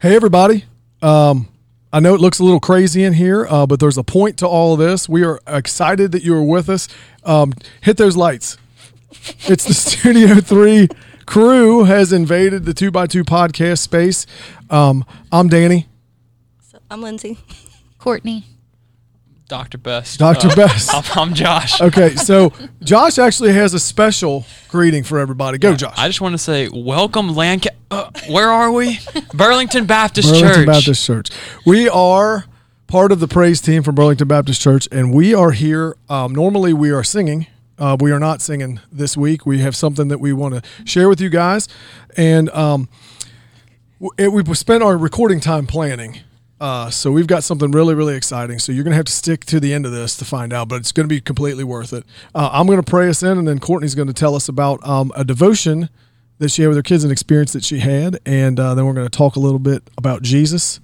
Hey, everybody. Um, I know it looks a little crazy in here, uh, but there's a point to all of this. We are excited that you are with us. Um, hit those lights. It's the Studio 3 crew has invaded the 2x2 podcast space. Um, I'm Danny, So I'm Lindsay. Courtney. Dr. Best. Dr. Uh, Best. I'm, I'm Josh. Okay, so Josh actually has a special greeting for everybody. Go, Josh. I just want to say, welcome, Lancaster. Uh, where are we? Burlington Baptist Burlington Church. Baptist Church. We are part of the praise team from Burlington Baptist Church, and we are here. Um, normally, we are singing. Uh, we are not singing this week. We have something that we want to share with you guys, and um, w- it, we spent our recording time planning. Uh, so we've got something really, really exciting. So you're gonna have to stick to the end of this to find out, but it's gonna be completely worth it. Uh, I'm gonna pray us in, and then Courtney's gonna tell us about um, a devotion that she had with her kids, an experience that she had, and uh, then we're gonna talk a little bit about Jesus,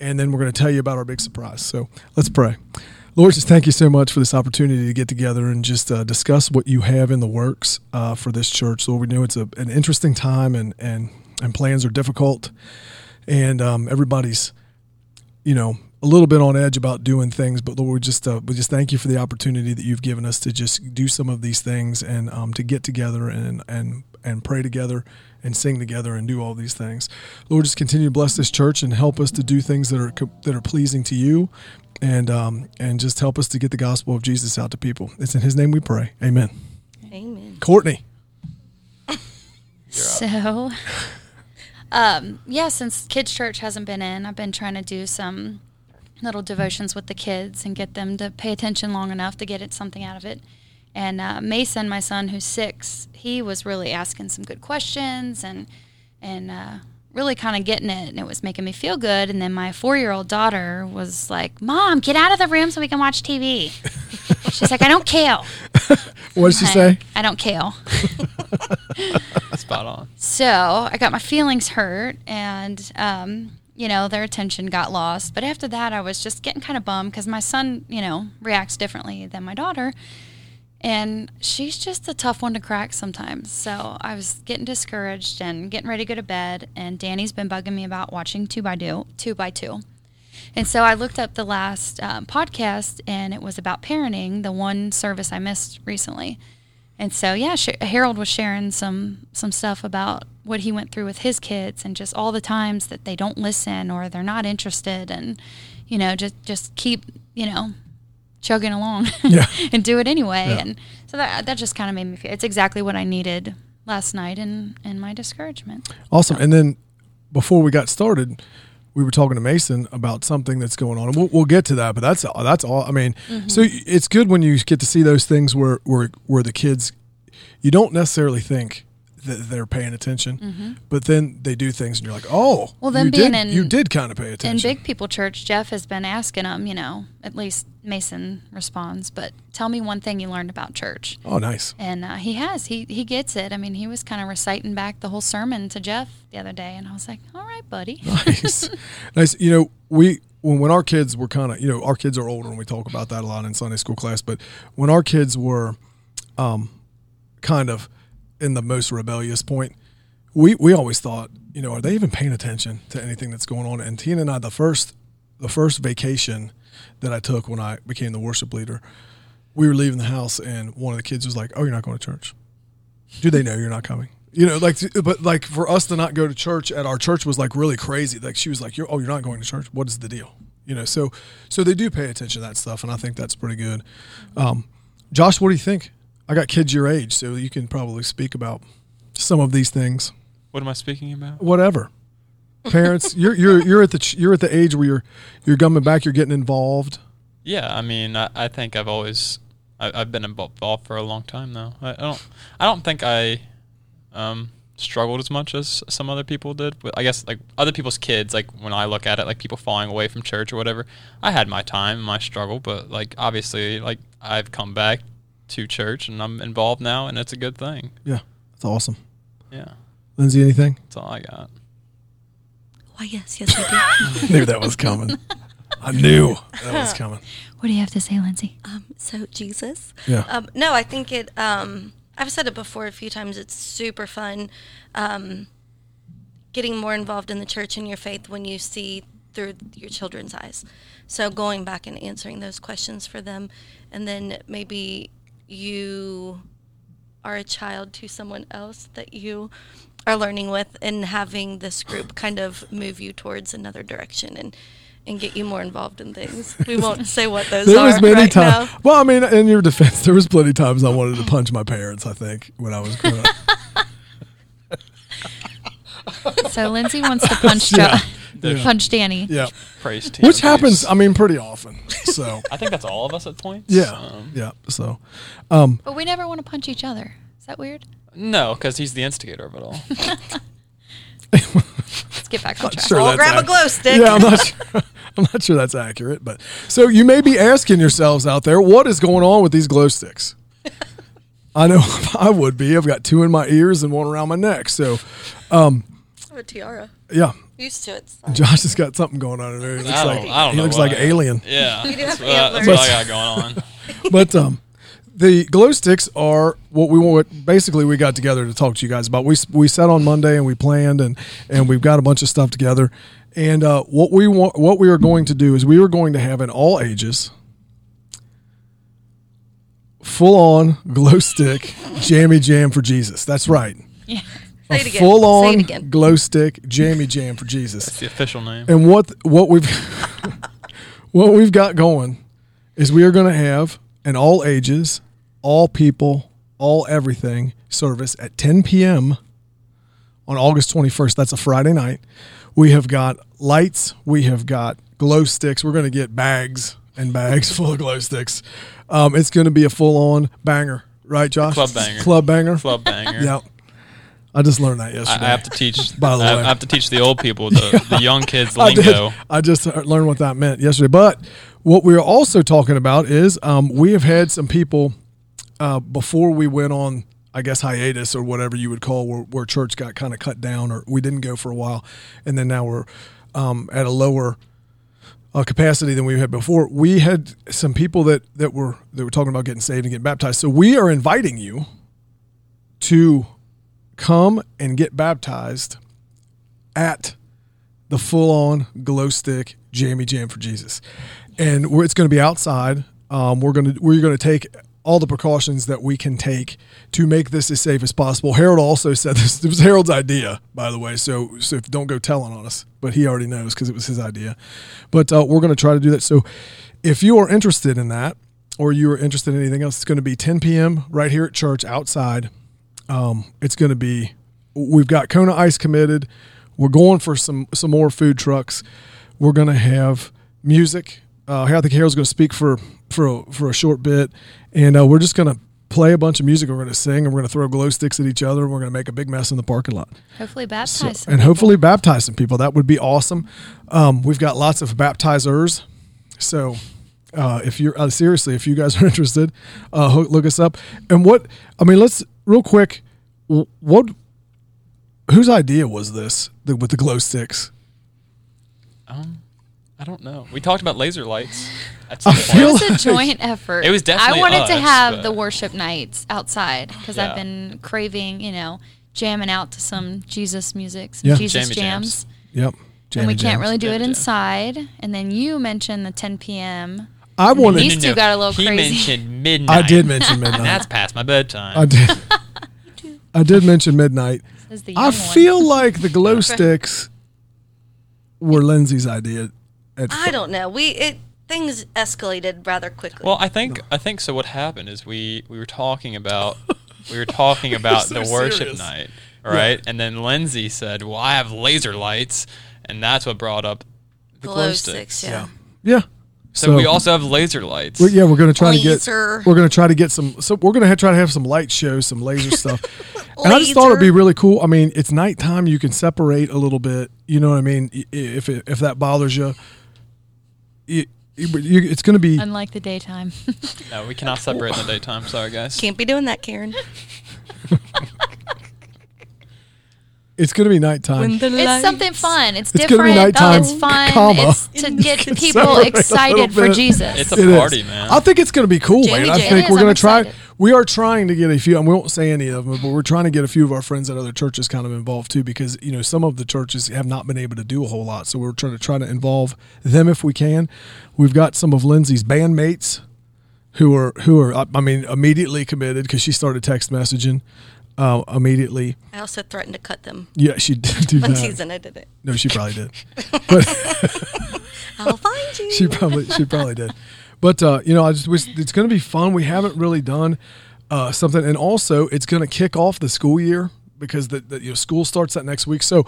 and then we're gonna tell you about our big surprise. So let's pray. Lord, just thank you so much for this opportunity to get together and just uh, discuss what you have in the works uh, for this church. Lord, we know it's a, an interesting time, and and and plans are difficult and um, everybody's you know a little bit on edge about doing things but lord we just uh, we just thank you for the opportunity that you've given us to just do some of these things and um, to get together and and and pray together and sing together and do all these things lord just continue to bless this church and help us to do things that are co- that are pleasing to you and um, and just help us to get the gospel of jesus out to people it's in his name we pray amen Amen. courtney So, um, yeah, since kids' church hasn't been in, I've been trying to do some little devotions with the kids and get them to pay attention long enough to get it, something out of it. And uh, Mason, my son, who's six, he was really asking some good questions and and uh, really kind of getting it, and it was making me feel good. And then my four-year-old daughter was like, "Mom, get out of the room so we can watch TV." She's like, "I don't kale." what did she say I don't kale. Spot on. So I got my feelings hurt, and um, you know their attention got lost. But after that, I was just getting kind of bummed because my son, you know, reacts differently than my daughter, and she's just a tough one to crack sometimes. So I was getting discouraged and getting ready to go to bed. And Danny's been bugging me about watching two by two, two by two. And so I looked up the last um, podcast, and it was about parenting, the one service I missed recently. And so, yeah, Sh- Harold was sharing some some stuff about what he went through with his kids, and just all the times that they don't listen or they're not interested, and you know, just just keep you know chugging along Yeah. and do it anyway. Yeah. And so that that just kind of made me feel it's exactly what I needed last night in in my discouragement. Awesome. And then before we got started, we were talking to Mason about something that's going on, and we'll, we'll get to that. But that's that's all. I mean, Mm-hmm. so it's good when you get to see those things where where where the kids, you don't necessarily think that they're paying attention, but then they do things, and you're like, oh, Mm-hmm. Well, then you being did, in- you did kind of pay attention. In Big People Church, Jeff has been asking them, you know, at least Mason responds, but tell me one thing you learned about church. oh, nice. And uh, he has. He, he gets it. I mean, he was kind of reciting back the whole sermon to Jeff the other day. And I was like, all right, buddy. nice, nice. You know, we when when our kids were kind of you know our kids are older and we talk about that a lot in Sunday school class. But when our kids were, um, kind of in the most rebellious point, we we always thought, you know, are they even paying attention to anything that's going on? And Tina and I, the first the first vacation that I took when I became the worship leader, we were leaving the house and one of the kids was like, "Oh, you're not going to church." do they know you're not coming? You know, like, but like for us to not go to church at our church was like really crazy. Like she was like, you're, "Oh, you're not going to church? What is the deal?" You know, so so they do pay attention to that stuff, and I think that's pretty good. Um, Josh, what do you think? I got kids your age, so you can probably speak about some of these things. What am I speaking about? Whatever, parents, you're you're you're at the ch- you're at the age where you're you're coming back, you're getting involved. Yeah, I mean, I, I think I've always, I, I've been involved for a long time now. I, I don't, I don't think I, um, struggled as much as some other people did. But I guess like other people's kids, like when I look at it, like people falling away from church or whatever. I had my time, my struggle, but like obviously, like I've come back to church and I'm involved now, and it's a good thing. Yeah, that's awesome. Yeah, Lindsay, anything? that's all I got. Why, yes, yes, I do. knew that was coming. I knew that was coming. What do you have to say, Lindsay? um, so, Jesus. Yeah. Um, no, I think it, um, I've said it before a few times, it's super fun. Um, getting more involved in the church and your faith when you see through your children's eyes. So going back and answering those questions for them, and then maybe you are a child to someone else that you are learning with, and having this group kind of move you towards another direction and and get you more involved in things. We won't say what those There are was many right times. now. Well, I mean, in your defense, there was plenty of times I wanted to punch my parents. I think when I was growing up. So Lindsay wants to punch Yeah. Jo- punch Danny. Yeah, Praise team. which abuse. happens. I mean, pretty often. So I think that's all of us at points. yeah, Um, yeah. So um, But we never want to punch each other. Is that weird? no, because he's the instigator of it all. Let's get back on track. sure that's I'll grab a ac- glow stick. Yeah, I'm not sure. I'm not sure that's accurate, but so you may be asking yourselves out there, what is going on with these glow sticks? I know I would be. I've got two in my ears and one around my neck. So I have a tiara. yeah, Used to it. It's Josh has got something going on in there. He looks I don't, like I don't he know looks what. like an alien. Yeah, do that's, have what, I- that's antlers. what I got going on. but um, the glow sticks are what we what basically we got together to talk to you guys about. We we sat on Monday and we planned and and we've got a bunch of stuff together. And uh, what we want, what we are going to do is we are going to have an all ages, full on glow stick jammy jam for Jesus. That's right, Yeah. Say it again. full Say it on again. glow stick jammy jam for Jesus. It's the official name. And what what we've what we've got going is we are going to have an all ages, all people, all everything service at 10 p.m. on August 21st. That's a Friday night. We have got lights. We have got glow sticks. We're going to get bags and bags full of glow sticks. Um, it's going to be a full on banger, right, Josh? Club banger. Club banger. Club banger. Yep. I just learned that I, yesterday. I have to teach. By the I, way. I have to teach the old people the, the young kids I did. lingo. I just heard- learned what that meant yesterday. But what we are also talking about is um, we have had some people uh, before we went on, I guess, hiatus or whatever you would call where, where church got kind of cut down or we didn't go for a while. And then now we're um, at a lower uh, capacity than we had before. We had some people that, that were that were talking about getting saved and getting baptized. So we are inviting you to come and get baptized at the full on glow stick jammy jam for Jesus. And we're, it's going to be outside. Um, we're going to we're going to take all the precautions that we can take to make this as safe as possible. Harold also said this. It was Harold's idea, by the way. So so if, don't go telling on us, but he already knows because it was his idea. But uh, we're going to try to do that. So if you are interested in that, or you are interested in anything else, it's going to be 10 p.m. right here at church outside it's going to be we've got Kona Ice committed. We're going for some some more food trucks. We're going to have music. Uh, I think Harold's going to speak for for a, for a short bit, and uh, we're just going to play a bunch of music. We're going to sing, and we're going to throw glow sticks at each other. And we're going to make a big mess in the parking lot. Hopefully baptize So- some and people. hopefully baptize some people. That would be awesome. Um, we've got lots of baptizers. So uh, if you're uh, seriously, if you guys are interested, uh, ho- look us up. And what I mean, let's real quick. wh- What whose idea was this the, with the glow sticks? Um, I don't know. We talked about laser lights. That's I the point. feel It was a joint effort. It was definitely I wanted to us, have but- the worship nights outside because Yeah. I've been craving, you know, jamming out to some Jesus music, some Yeah. Jesus Jammy jams. jams. Yep. And Jammy we can't Jams. really do Jammy it jams. inside. And then you mentioned the 10 p.m. I wanted. These two got a little he crazy. mentioned midnight. I did mention midnight. And that's past my bedtime. I did. I did mention midnight. Is the young I one. feel like the glow sticks were Lindsay's idea. At I don't know. We it things escalated rather quickly. Well, I think I think so. What happened is we we were talking about we were talking about so the worship serious. night, right? And then Lindsay said, "Well, I have laser lights," and that's what brought up the glow, sticks. yeah. Yeah. So, we also have laser lights. Well, yeah, we're gonna try to Laser. get. We're gonna try to get some. So we're gonna ha- try to have some light shows, some laser stuff. And I just thought it'd be Laser. really cool. I mean, it's nighttime. You can separate a little bit. You know what I mean? I- i- If it, if that bothers you, you, you it's gonna be. Unlike the daytime. No, we cannot separate in the daytime. Sorry, guys. Can't be doing that, Karen. It's gonna be nighttime. it's something fun. It's, It's gonna be different. nighttime, it's fun. comma. It's to get can people celebrate a excited little for bit. Jesus. It's It a is. party, man. I think it's gonna be cool, Jamie man. I Jam. think It we're is. I'm gonna try. excited. we are trying to get a few, and we won't say any of them, but we're trying to get a few of our friends at other churches kind of involved too, because you know some of the churches have not been able to do a whole lot. So we're trying to try to involve them if we can. We've got some of Lindsay's bandmates who are who are I mean immediately committed because she started text messaging uh, immediately. I also threatened to cut them. Yeah, she did do One that. season I did it. No, she probably did, but I'll find you. she probably she probably did. But uh, you know, I just wish it's going to be fun. We haven't really done uh, something, and also it's going to kick off the school year because the, the you know, school starts that next week. So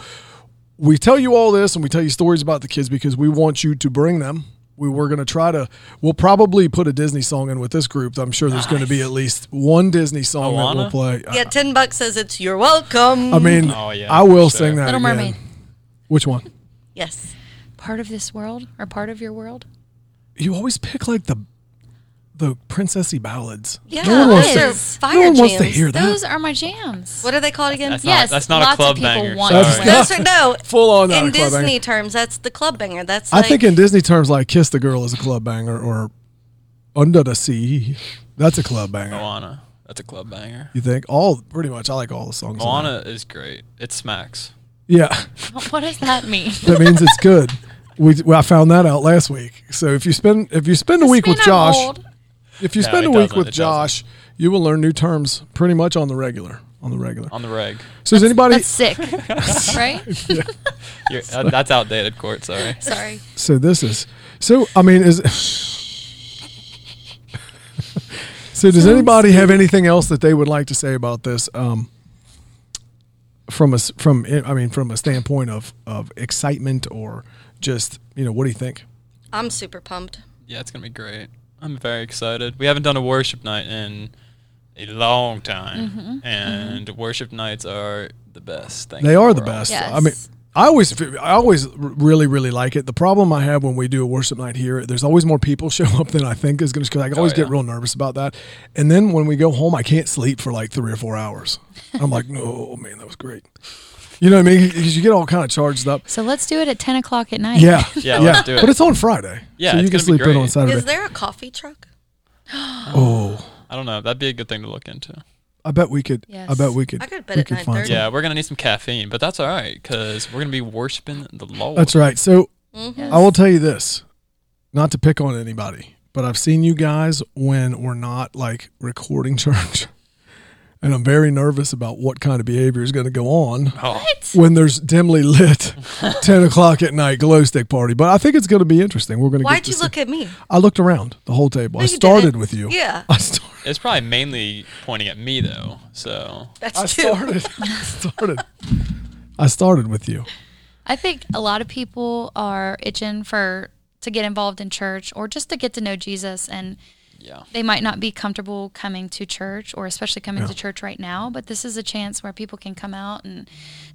we tell you all this, and we tell you stories about the kids because we want you to bring them. We were going to try to. We'll probably put a Disney song in with this group. I'm sure there's going to be at least one Disney song that we'll Moana? play. yeah, ten bucks says it's you're welcome. I, I mean, Oh, yeah, I will for sing sure. that. Little again. Mermaid. Which one? yes. Part of this world or part of your world? You always pick like the the princessy ballads. Yeah, no one wants, those to, are fire no one wants to jams. hear that. Those are my jams. What are they called again? That's Yes, not, that's not lots a of club people banger. want Sorry. That's to Those are no. Full on, not a in club banger. Disney terms, that's the club banger. That's I like, think in Disney terms, like "Kiss the Girl" is a club banger, or "Under the Sea," that's a club banger. Moana. That's a club banger. You think all pretty much? I like all the songs. on Moana is great. It smacks. there. Yeah, What does that mean? that means it's good. We, well, I found that out last week. So if you spend if you spend a week with Spin, I'm Josh, old. if you No, spend it a week doesn't, with it doesn't. Josh, you will learn new terms pretty much on the regular. On the regular. On the reg. So is anybody? That's sick, right? You're, uh, that's outdated, Court. Sorry. Sorry. So this is. So I mean, is. so does anybody have anything else that they would like to say about this? Um, from a s- from I mean from a standpoint of of excitement or just you know what do you think? I'm super pumped. Yeah, it's gonna be great. I'm very excited. We haven't done a worship night in a long time, Mm-hmm, and worship nights are the best thing. They in are the world. best. Yes. I mean, I always, I always r- really, really like it. The problem I have when we do a worship night here, there's always more people show up than I think is going to. Because I always Oh, get yeah. real nervous about that, and then when we go home, I can't sleep for like three or four hours. I'm like, no, man, that was great. You know what I mean? Because you get all kind of charged up. So let's do it at 10 o'clock at night. Yeah, Yeah, let's do it. But it's on Friday, Yeah, so you it's can gonna be sleep in on great. Saturday. Is there a coffee truck? oh, I don't know. That'd be a good thing to look into. I bet we could. I Yes. bet we could. I could bet we at could find 9:30. some. Yeah, we're gonna need some caffeine, but that's all right because we're gonna be worshiping the Lord. That's right. So Yes. I will tell you this, not to pick on anybody, but I've seen you guys when we're not like recording church. And I'm very nervous about what kind of behavior is going to go on Oh, when there's dimly lit 10 o'clock at night glow stick party. But I think it's going to be interesting. We're going to Why'd get you to look at me? See. I looked around the whole table. I you started didn't. with you. Yeah. I started. it's probably mainly pointing at me though. So I That's two. started. I started. I started with you. I think a lot of people are itching for to get involved in church or just to get to know Jesus and yeah, they might not be comfortable coming to church or especially coming to church right now, but this is a chance where people can come out and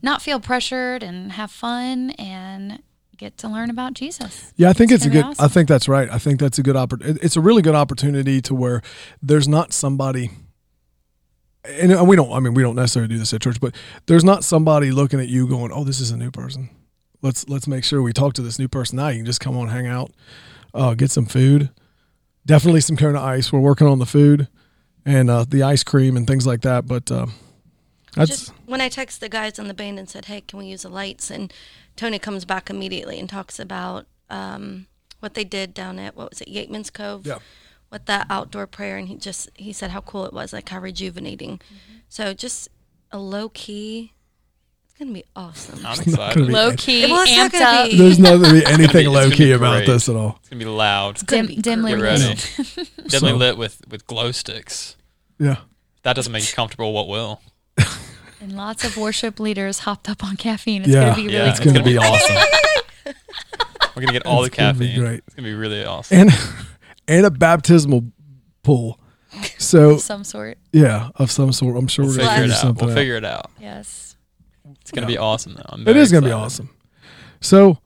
not feel pressured and have fun and get to learn about Jesus. Yeah, I think it's, a good. gonna be I awesome. think that's right. I think that's a good opportunity. It's a really good opportunity to where there's not somebody, and and we don't. I mean, we don't necessarily do this at church, but there's not somebody looking at you going, "Oh, this is a new person. Let's let's make sure we talk to this new person." Now you can just come on, hang out, uh, get some food. Definitely some Kona ice. We're working on the food and uh, the ice cream and things like that. But uh, that's Just when I text the guys in the band and said, "Hey, can we use the lights?" and Tony comes back immediately and talks about um, what they did down at what was it, Yateman's Cove, Yeah. with that outdoor prayer, and he just he said how cool it was, like how rejuvenating. Mm-hmm. So just a low key, it's gonna be awesome. I'm not gonna excited. be- It's Low Low It- key, It was not amped gonna up, be. there's not gonna be anything gonna low be key about great. this at all. gonna be loud. It's dim, be dimly Get lit. ready. Dimly So- lit with with glow sticks. Yeah. If that doesn't make you comfortable. What will? And lots of worship leaders hopped up on caffeine. It's Yeah. going to be Yeah, really it's It's cool. gonna be awesome. We're gonna get all the It's gonna be caffeine. great. It's gonna be really awesome. and and a baptismal pool. So some sort. yeah, of some sort. I'm sure we're We'll gonna figure figure it out. something We'll out. figure it out. Yes. It's gonna be awesome though. I'm It very is gonna be excited. awesome. So,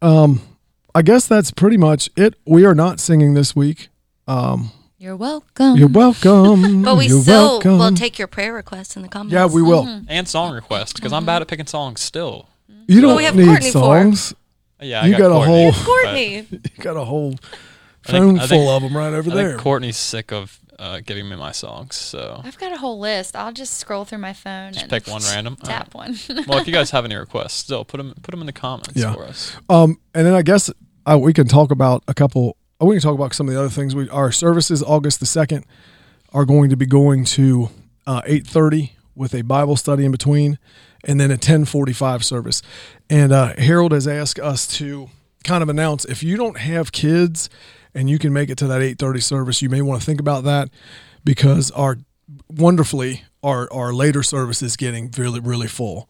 um, I guess that's pretty much it. We are not singing this week. Um, You're welcome. You're welcome. Mm-hmm. but we You're still welcome. will take Mm-hmm. your prayer requests in the comments. Yeah, we will. And song requests because Oh. I'm bad at picking songs still. You Well, don't we have need Courtney for. songs. Yeah, I You got, got a Courtney, whole- but Courtney. You got a whole I think- phone I think- full of them right over I there. think Courtney's sick of uh, giving me my songs. So I've got a whole list. I'll just scroll through my phone just and pick one random. All Uh, tap one. right. Well, if you guys have any requests, still put them put them in the comments Yeah. for us. Um, and then I guess uh, we can talk about a couple. uh, We can talk about some of the other things. We our services August the second are going to be going to uh, eight thirty with a Bible study in between, and then a ten forty five service. And uh, Harold has asked us to kind of announce if you don't have kids and you can make it to that eight thirty service, you may want to think about that because our wonderfully our our later service is getting really really full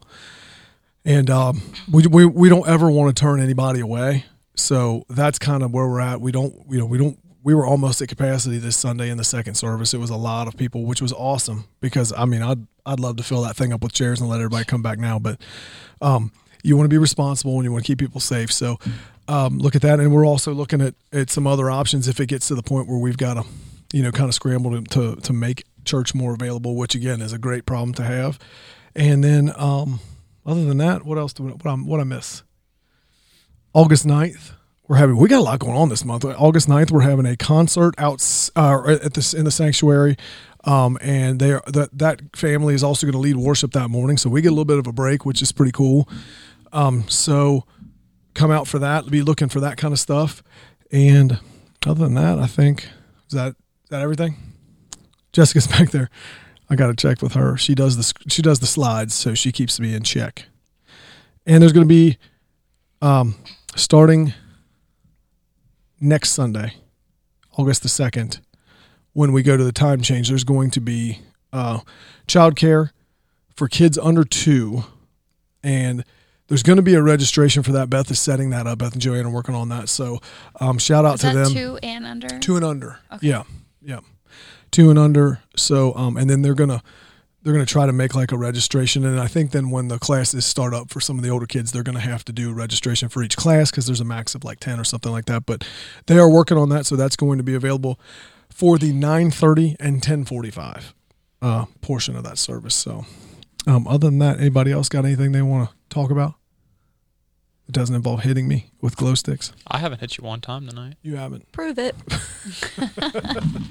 and um, we, we we don't ever want to turn anybody away. So that's kind of where we're at. We don't, you know, we don't. We were almost at capacity this Sunday in the second service. It was a lot of people, which was awesome because I mean, I'd I'd love to fill that thing up with chairs and let everybody come back now, but um, you want to be responsible and you want to keep people safe. So um, look at that, and we're also looking at at some other options if it gets to the point where we've got to, you know, kind of scramble to to, to make church more available, which again is a great problem to have. And then um, other than that, what else do we, what I what I miss? August 9th, we're having we got a lot going on this month. August 9th, we're having a concert out uh, at this in the sanctuary. Um, and they are that that family is also going to lead worship that morning, so we get a little bit of a break, which is pretty cool. Um, so come out for that. Be looking for that kind of stuff. And other than that, I think is that is that everything. Jessica's back there. I got to check with her. She does the she does the slides, so she keeps me in check. And there's going to be, um, starting next Sunday, August the second, when we go to the time change. There's going to be uh, childcare for kids under two, and there's going to be a registration for that. Beth is setting that up. Beth and Joanne are working on that. So um, shout out Is to that them two and under? two and under. Okay. Yeah, yeah, two and under. So, um, and then they're gonna they're gonna try to make like a registration, and I think then when the classes start up for some of the older kids, they're gonna have to do a registration for each class because there's a max of like ten or something like that. But they are working on that, so that's going to be available for the nine thirty and ten forty five uh, portion of that service. So, um, other than that, anybody else got anything they want to talk about? It doesn't involve hitting me with glow sticks. I haven't hit you one time tonight. You haven't. Prove it.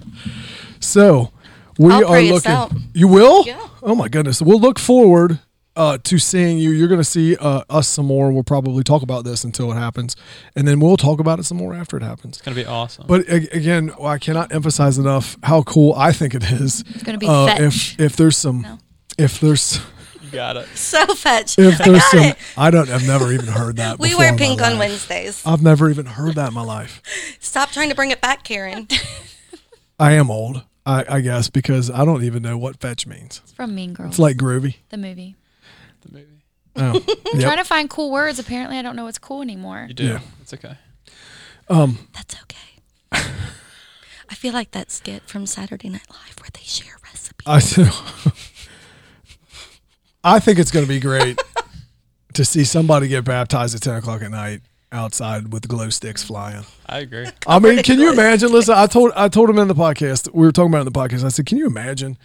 So we I'll are pray us looking. out. You will? Yeah. Oh my goodness. We'll look forward uh, to seeing you. You're going to see uh, us some more. We'll probably talk about this until it happens, and then we'll talk about it some more after it happens. It's gonna be awesome. But a- again, I cannot emphasize enough how cool I think it is. It's gonna be fetch. if if there's some if there's you got it. So fetch. if I there's got some it. I don't I've never even heard that. We before wear in my pink on life. Wednesdays. I've never even heard that in my life. Stop trying to bring it back, Karen. I am old, I, I guess, because I don't even know what fetch means. It's from Mean Girls, It's like groovy. the movie. The movie. Oh, yep. Trying to find cool words. Apparently, I don't know what's cool anymore. You do. Yeah. It's okay. That's okay. I feel like that skit from Saturday Night Live where they share recipes. I do. I think it's going to be great to see somebody get baptized at ten o'clock at night outside with glow sticks flying. I agree. I mean, can you imagine? Listen, I told I told him in the podcast we were talking about it in the podcast. I said, can you imagine?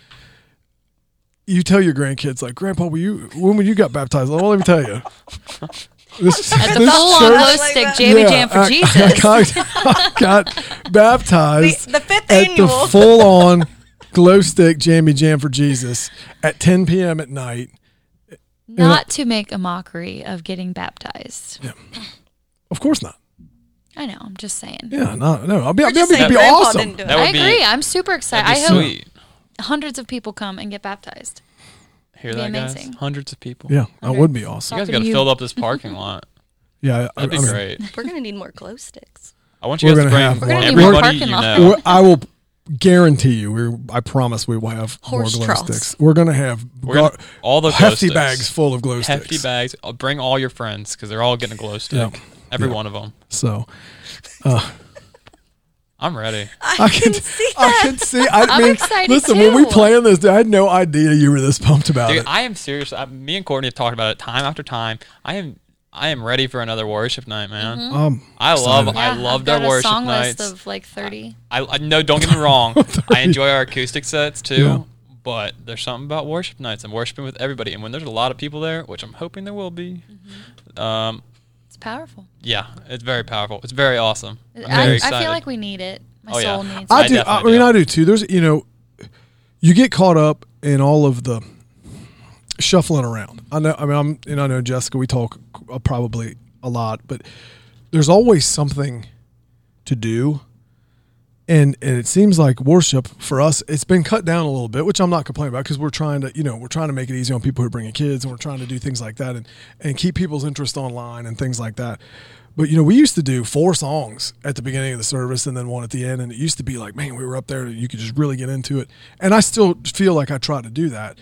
You tell your grandkids like, Grandpa, were you when when you got baptized? Well, let me tell you. This, At the this full on church- glow like stick, that. jammy yeah, jam for I- Jesus. I got, I got baptized The- the fifth at annual. the full on glow stick jammy jam for Jesus at 10 p.m. at night. Not to make a mockery of getting baptized. Of course not. I know. I'm just saying. Yeah, no, no. I'll be, I'll be, Just it'd saying be Grandpa awesome. didn't do it. That I would be, agree. I'm super excited. that'd I be hope sweet. hundreds of people come and get baptized. Hear be that, amazing. guys? Hundreds of people. Yeah, that would be awesome. You guys Talking got to to you. fill up this parking lot. Yeah, I, That'd be I mean, great. We're gonna need more glow sticks. I want you We're guys gonna to have bring We're gonna need more everybody parking you lot. know. we're- I will guarantee you. We're, I promise we will have Horse more glow troughs. sticks. We're gonna have We're gonna- gar- all the glow hefty sticks. bags full of glow hefty sticks. bags. I'll bring all your friends because they're all getting a glow stick. Yeah. Every one of them. So I'm ready. I can see. I can see. I I'm mean, excited listen, when we too. planned this, I had no idea you were this pumped about Dude, it. I am serious. I, me and Courtney have talked about it time after time. I am, I am ready for another worship night, man. um, I love, I Mm-hmm. Yeah, love I've their got a worship song nights. list of like 30. I, I no, don't get me wrong. I enjoy our acoustic sets too, Yeah. but there's something about worship nights and worshiping with everybody. And when there's a lot of people there, which I'm hoping there will be, Mm-hmm. um, It's powerful. yeah, it's very powerful. It's very awesome. I'm I, very I excited. feel like we need it. My Oh, yeah. soul needs I I do. I definitely mean, do. I do too. There's, you know, you get caught up in all of the shuffling around. I know. I mean, I'm and I know Jessica. We talk uh, probably a lot, but there's always something to do, and and it seems like worship for us it's been cut down a little bit, which I'm not complaining about because we're trying to, you know, we're trying to make it easy on people who are bringing kids, and we're trying to do things like that, and and keep people's interest online and things like that. But you know, we used to do four songs at the beginning of the service and then one at the end, and it used to be like, man, we were up there, and you could just really get into it. And I still feel like I try to do that,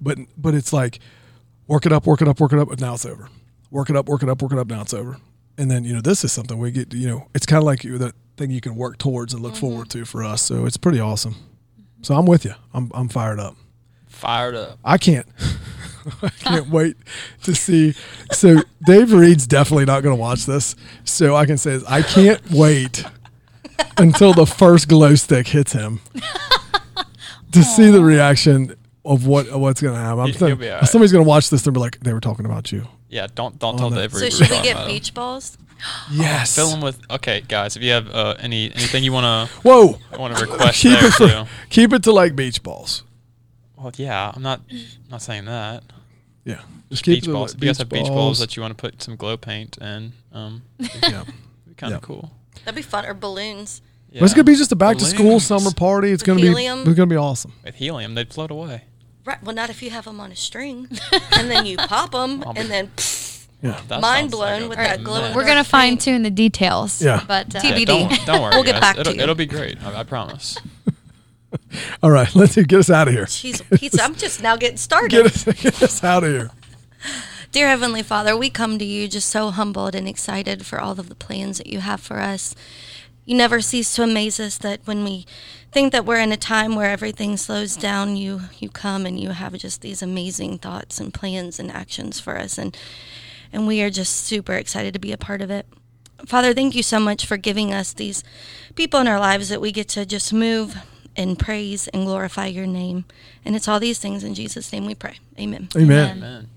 but but it's like work it up, work it up, work it up, but now it's over. Work it up, work it up, work it up, now it's over. And then, you know, this is something we get, you know, it's kind of like you- that thing you can work towards and look forward to for us. So it's pretty awesome. So I'm with you. I'm, I'm fired up. Fired up. I can't. I can't wait to see. So Dave Reed's definitely not going to watch this. So I can say is I can't wait until the first glow stick hits him to see the reaction of what of what's going to happen. I'm He'll thinking- be all right. Somebody's going to watch this and be like, they were talking about you. Yeah, don't don't tell no. Dave. So Reed should we're we talking get about him. beach balls? Yes. Fill him with okay, guys. If you have uh, any anything you wanna Whoa. wanna request Keep there it too. for, keep it to like beach balls. Well, yeah, I'm not not saying that. Yeah. Just keep Beach it to, like, balls. If you guys have beach balls that you want to put some glow paint in, um, yeah. kind Yeah. of cool. That'd be fun. Or balloons. Yeah. But it's gonna be just a back to school Balloons. summer party. It's With gonna be helium? it's gonna be awesome. with helium. They'd float away. Right. Well, not if you have them on a string, and then you pop them, and then pff, Yeah. That Mind sounds like blown a with that glow mess. in We're Dark gonna green. fine tune the details. Yeah. but uh, TBD. Yeah, don't, don't worry. We'll get guys. back to it'll, you. It'll be great. I, I promise. All right, let's get us out of here. cheese pizza. I'm just now getting started. Get us, get us out of here. Dear Heavenly Father, we come to you just so humbled and excited for all of the plans that you have for us. You never cease to amaze us that when we think that we're in a time where everything slows down, you you come and you have just these amazing thoughts and plans and actions for us and and we are just super excited to be a part of it. Father, thank you so much for giving us these people in our lives that we get to just move and praise and glorify your name. And it's all these things in Jesus' name we pray. Amen. Amen. Amen.